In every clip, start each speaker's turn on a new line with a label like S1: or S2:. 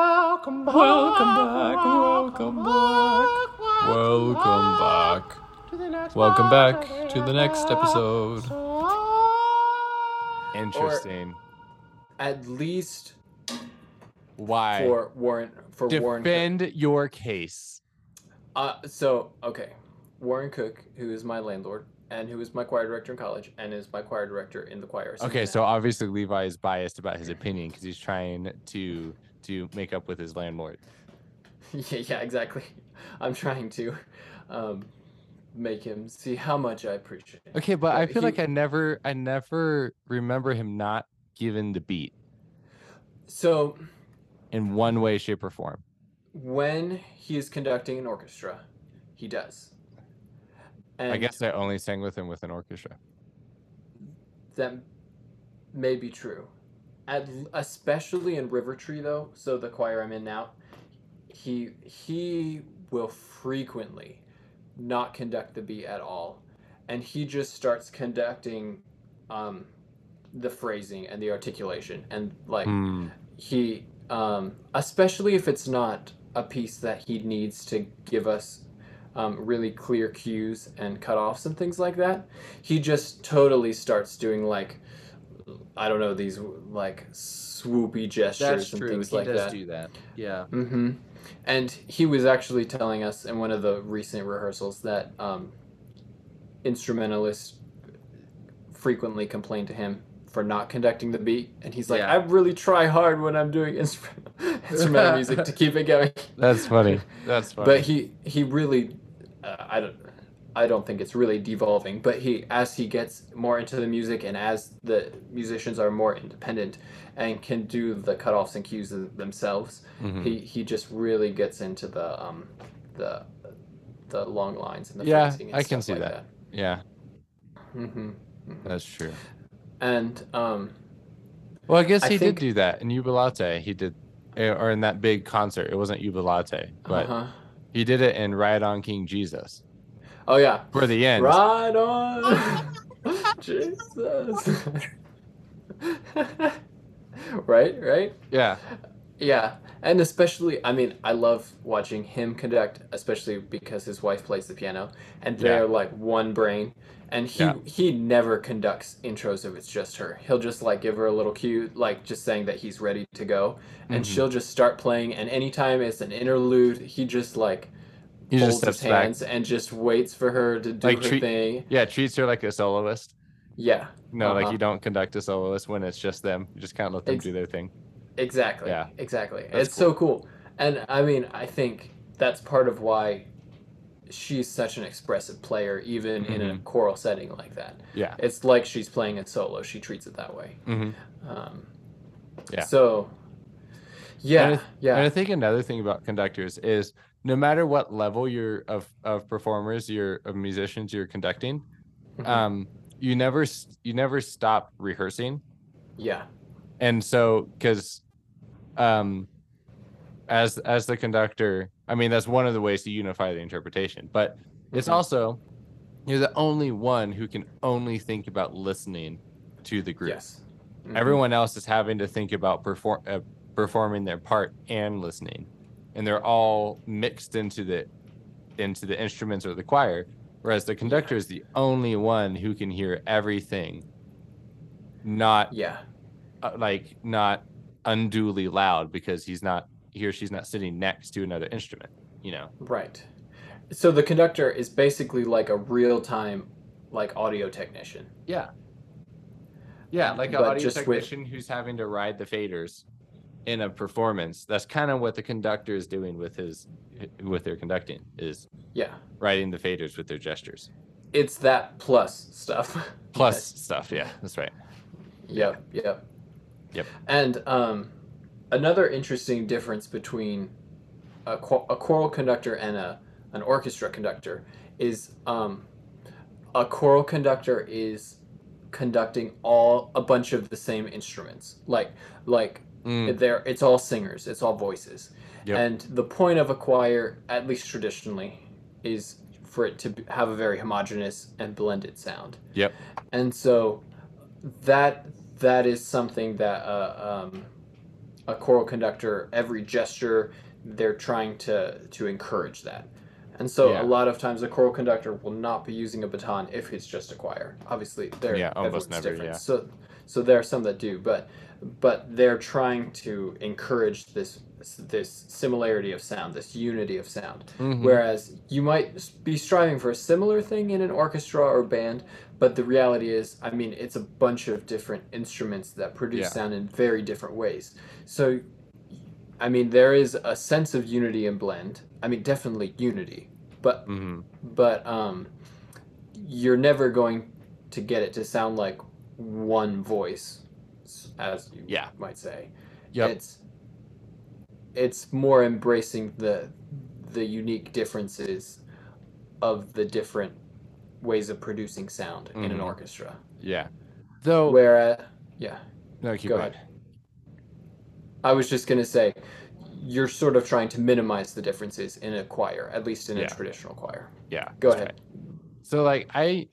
S1: Welcome back.
S2: Welcome back, welcome back, welcome back.
S1: to the next
S2: Welcome back to the next episode.
S3: Interesting.
S1: At least
S3: Why?
S1: for Warren for Warren Cook.
S3: Defend your case.
S1: Uh, so okay, Warren Cook, who is my landlord and who is my choir director in college and is my choir director in the choir.
S3: Okay, so obviously Levi is biased about his opinion because he's trying to to make up with his landlord.
S1: yeah, yeah, exactly. I'm trying to um, make him see how much I appreciate. it.
S3: Okay, but I
S1: Yeah,
S3: feel
S1: he-
S3: like I never I never remember him not giving the beat
S1: So
S3: in one way, shape, or form.
S1: when he is conducting an orchestra, he does. And
S3: I guess I only sang with him with an orchestra.
S1: that may be true. At, especially in River Tree, though, so the choir I'm in now, he he will frequently not conduct the beat at all, and he just starts conducting um, the phrasing and the articulation, and like
S3: Hmm.
S1: he, um, especially if it's not a piece that he needs to give us um, really clear cues and cutoffs and things like that, he just totally starts doing like, I don't know, these like swoopy gestures
S4: That's
S1: and
S4: true.
S1: things
S4: he
S1: like
S4: does
S1: that.
S4: do that. Yeah.
S1: Mm-hmm. And he was actually telling us in one of the recent rehearsals that um, instrumentalists frequently complain to him for not conducting the beat, and he's like,
S4: Yeah.
S1: "I really try hard when I'm doing instrumental, instrumental music to keep it going."
S3: That's funny. That's funny.
S1: But he he really, uh, I don't. I don't think it's really devolving, but he as he gets more into the music and as the musicians are more independent and can do the cutoffs and cues themselves,
S3: Mhm.
S1: he he just really gets into the um the the long lines and the
S3: Yeah,
S1: phrasing and
S3: I can
S1: stuff
S3: see
S1: like
S3: that. yeah,
S1: hmm
S3: that's true.
S1: And um
S3: Well, I guess
S1: I
S3: he
S1: think-
S3: did do that in Ubalate. He did, eh, or in that big concert. It wasn't Ubalate, but
S1: uh-huh.
S3: he did it in Ride on King Jesus
S1: oh yeah,
S3: for the end.
S1: right on, Jesus. right, right.
S3: Yeah,
S1: Yeah, and especially, I mean, I love watching him conduct, especially because his wife plays the piano, and
S3: Yeah.
S1: they're like one brain. And he
S3: Yeah.
S1: he never conducts intros if it's just her. He'll just like give her a little cue, like just saying that he's ready to go, and
S3: Mhm.
S1: she'll just start playing. And anytime it's an interlude, he just like
S3: he
S1: folds
S3: just steps
S1: his
S3: back.
S1: hands and just waits for her to do
S3: Like
S1: her
S3: treat-
S1: thing.
S3: Yeah, treats her like a soloist.
S1: Yeah,
S3: No, like
S1: Uh-huh.
S3: you don't conduct a soloist when it's just them. You just kind of let them
S1: Ex-
S3: do their thing.
S1: Exactly.
S3: Yeah.
S1: Exactly.
S3: That's
S1: it's so cool. And I mean, I think that's part of why she's such an expressive player, even in
S3: Mm-hmm.
S1: a choral setting like that.
S3: Yeah.
S1: It's like she's playing a solo. She treats it that way.
S3: hmm
S1: Um,
S3: Yeah.
S1: So, yeah,
S3: And I-
S1: yeah,
S3: And I think another thing about conductors is no matter what level you're of of performers, you're of musicians, you're conducting.
S1: Mhm.
S3: Um, you never s- you never stop rehearsing.
S1: yeah,
S3: and so because um as as the conductor i mean that's one of the ways to unify the interpretation but it's
S1: Mhm.
S3: also you're the only one who can only think about listening to the group
S1: yes. Mhm.
S3: everyone else is having to think about perform uh, performing their part and listening and they're all mixed into the into the instruments or the choir whereas the conductor is the only one who can hear everything not
S1: Yeah,
S3: uh, like not unduly loud because he's not he or she's not sitting next to another instrument you know
S1: right. So the conductor is basically like a real time, like audio technician.
S3: yeah yeah like an
S1: But
S3: audio
S1: just with-
S3: technician who's having to ride the faders in a performance that's kind of what the conductor is doing with his with their conducting is
S1: Yeah.
S3: riding the faders with their gestures
S1: It's that plus stuff.
S3: plus stuff yeah that's right
S1: Yep, yep.
S3: Yep.
S1: And um, another interesting difference between a, cho- a choral conductor and a an orchestra conductor is um, a choral conductor is conducting all a bunch of the same instruments like like
S3: Mm,
S1: they're it's all singers it's all voices
S3: Yep.
S1: and the point of a choir at least traditionally is for it to b- have a very homogeneous and blended sound
S3: yep
S1: and so that that is something that uh, um, a choral conductor, every gesture they're trying to to encourage that. And so
S3: Yeah.
S1: a lot of times a choral conductor will not be using a baton if it's just a choir. Obviously, they're
S3: Yeah, almost
S1: everyone's
S3: never, yeah.
S1: So so there are some that do, but but they're trying to encourage this this similarity of sound, this unity of sound.
S3: Mhm.
S1: Whereas you might s- be striving for a similar thing in an orchestra or band, but the reality is, I mean, it's a bunch of different instruments that produce
S3: Yeah.
S1: sound in very different ways. So, I mean, there is a sense of unity and blend. I mean, definitely unity, but
S3: Mhm.
S1: but um, you're never going to get it to sound like one voice, s- as you
S3: Yeah.
S1: might say.
S3: Yep.
S1: It's it's more embracing the the unique differences of the different ways of producing sound in an
S3: Mhm.
S1: orchestra.
S3: yeah. Though
S1: Where, uh, yeah,
S3: no, Oh. keep
S1: go
S3: going.
S1: ahead. I was just gonna say, you're sort of trying to minimize the differences in a choir, at least in
S3: Yeah.
S1: a traditional choir.
S3: Yeah.
S1: Go
S3: that's
S1: ahead.
S3: right. So like I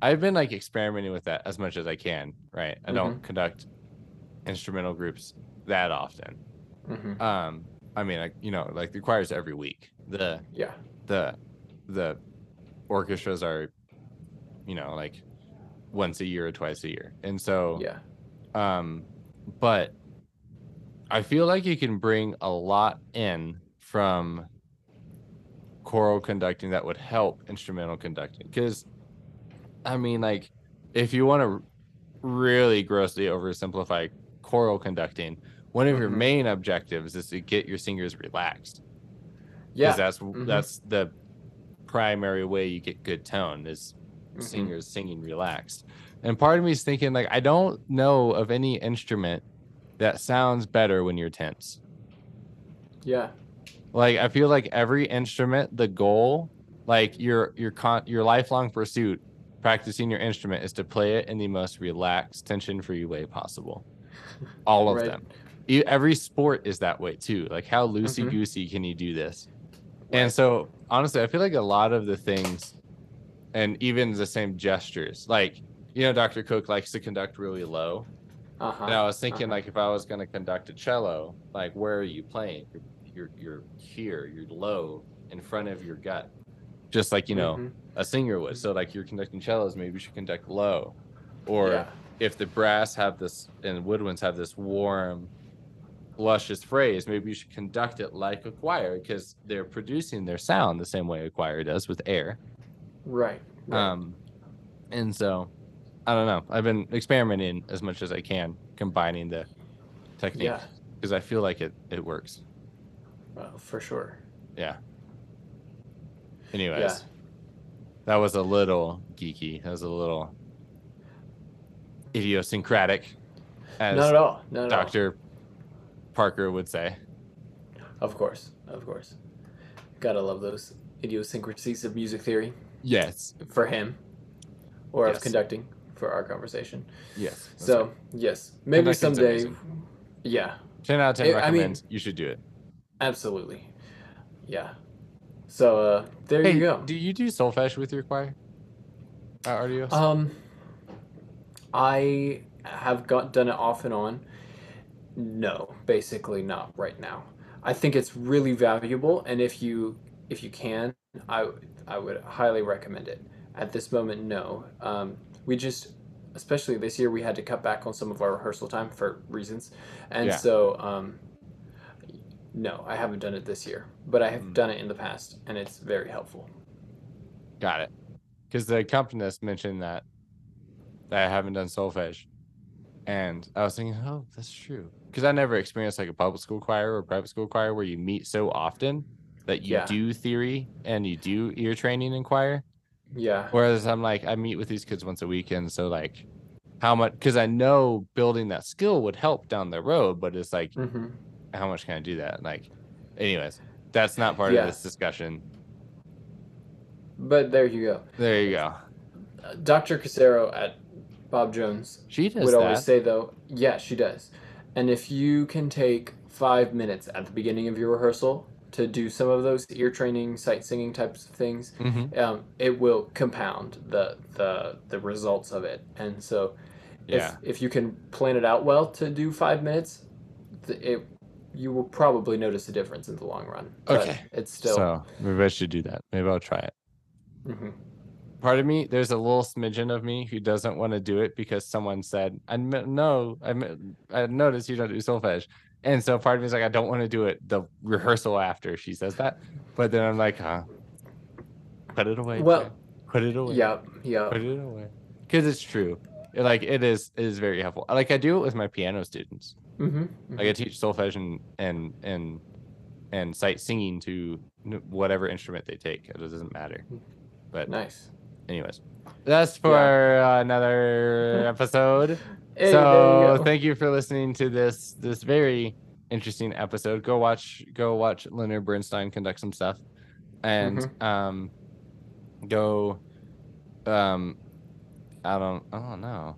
S3: I've been like experimenting with that as much as I can, right? I don't conduct instrumental groups that often.
S1: hmm
S3: Um I mean, like you know, like the choirs every week. The
S1: Yeah.
S3: the the orchestras are you know, like once a year or twice a year. And so
S1: Yeah.
S3: um but i feel like you can bring a lot in from choral conducting that would help instrumental conducting because i mean like if you want to really grossly oversimplify choral conducting one of your
S1: Mhm.
S3: main objectives is to get your singers relaxed
S1: Yeah.
S3: that's
S1: Mhm.
S3: that's the primary way you get good tone is
S1: Mhm.
S3: singers singing relaxed. And part of me is thinking like I don't know of any instrument that sounds better when you're tense.
S1: Yeah.
S3: Like I feel like every instrument, the goal, like your your con your lifelong pursuit, practicing your instrument is to play it in the most relaxed, tension-free way possible. All of
S1: Right.
S3: them. E- Every sport is that way too. Like how loosey goosey can you do this? And so honestly, I feel like a lot of the things and even the same gestures, like you know, Dr. Cook likes to conduct really low.
S1: Uh huh.
S3: And I was thinking,
S1: uh-huh.
S3: like, if I was going to conduct a cello, like, where are you playing? You're, you're, you're here, you're low in front of your gut, just like, you know,
S1: Mm-hmm.
S3: a singer would. So, like, you're conducting cellos, maybe you should conduct low. Or
S1: yeah.
S3: if the brass have this and woodwinds have this warm, luscious phrase, maybe you should conduct it like a choir because they're producing their sound the same way a choir does with air.
S1: right. right.
S3: Um, and so I don't know. I've been experimenting as much as I can, combining the technique
S1: yeah.
S3: because I feel like it it works.
S1: Well, for sure.
S3: Anyways, that was a little geeky. That was a little idiosyncratic, as
S1: Not at all. Not at all.
S3: Doctor Parker would say.
S1: Of course, of course. Gotta love those idiosyncrasies of music theory
S3: Yes,
S1: for him, or
S3: Yes.
S1: of conducting for our conversation.
S3: yes. that's
S1: so
S3: right.
S1: yes, maybe
S3: Conducting's
S1: someday.
S3: amazing.
S1: Yeah,
S3: ten out of ten
S1: it- I mean-
S3: recommends. you should do it.
S1: absolutely. Yeah. So uh, there
S3: hey,
S1: you go.
S3: do you do solfege with your choir? Uh, RDOs?
S1: Um, I have got done it off and on. No, basically not right now. I think it's really valuable, and if you if you can, I w- I would highly recommend it. At this moment, no. Um, we just, especially this year, we had to cut back on some of our rehearsal time for reasons, and
S3: Yeah.
S1: so um, no, I haven't done it this year, but I have
S3: Mm.
S1: done it in the past, and it's very helpful.
S3: Got it. Because the accompanist mentioned that that I haven't done solfege, and I was thinking, oh, that's true. Because I never experienced like a public school choir or private school choir where you meet so often that you
S1: Yeah.
S3: do theory and you do ear training in choir.
S1: Yeah.
S3: Whereas I'm like, I meet with these kids once a week, and so like, how much? Because I know building that skill would help down the road, but it's like,
S1: hmm
S3: how much can I do that? Like, anyways, that's not part
S1: Yeah.
S3: of this discussion.
S1: But there you go.
S3: There you go.
S1: Uh, Dr. Casero at Bob Jones
S3: She does
S1: would
S3: that.
S1: always say, though, yeah, she does. And if you can take five minutes at the beginning of your rehearsal to do some of those ear training, sight singing types of things,
S3: Mhm.
S1: um, it will compound the, the the results of it. And so,
S3: Yeah.
S1: if if you can plan it out well to do five minutes, th- it you will probably notice a difference in the long run. but
S3: Okay.
S1: it's still.
S3: So maybe I should do that. Maybe I'll try it.
S1: Mhm.
S3: Part of me, there's a little smidgen of me who doesn't want to do it because someone said, "I kn- know, I kn- I noticed you don't do solfege," and so part of me is like, I don't want to do it. The rehearsal after she says that, but then I'm like, huh, put it away.
S1: Well,
S3: Jack. put it away.
S1: Yep. Yep.
S3: put it away because it's true. It, like it is, it is very helpful. Like I do it with my piano students.
S1: Mm-hmm.
S3: Like I teach solfege and and and and sight singing to n- whatever instrument they take. It doesn't matter. But
S1: Nice.
S3: anyways, that's for uh, another episode.
S1: Hey, there you
S3: so
S1: go.
S3: thank you for listening to this this very interesting episode. Go watch go watch Leonard Bernstein conduct some stuff, and
S1: Mm-hmm.
S3: um, go um, I don't I don't know.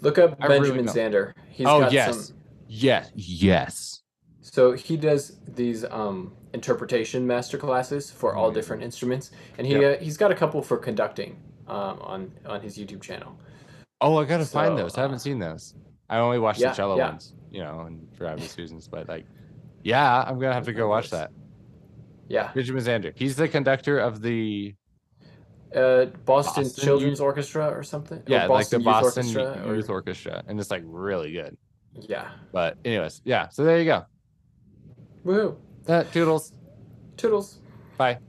S1: Look up
S3: I really
S1: Benjamin
S3: don't-
S1: Zander. He's
S3: Oh,
S1: got
S3: yes.
S1: some.
S3: Yes, yes.
S1: So he does these um, interpretation master classes for all
S3: Mhm.
S1: different instruments, and he uh, he's got a couple for conducting um, on on his YouTube channel.
S3: Oh, I gotta find
S1: So,
S3: those. I haven't
S1: uh,
S3: seen those. I only watched
S1: yeah,
S3: the cello
S1: yeah.
S3: ones, you know, and for obvious Susan's, but like, yeah, I'm gonna have to go watch that.
S1: Yeah,
S3: Benjamin Zander. He's the conductor of the
S1: uh, Boston,
S3: Boston
S1: Children's Orchestra or something. or
S3: yeah, like the Boston Youth Orchestra,
S1: or-
S3: and it's like really good.
S1: yeah.
S3: But anyways, yeah. So there you go.
S1: Woohoo!
S3: That toodles.
S1: Toodles.
S3: Bye.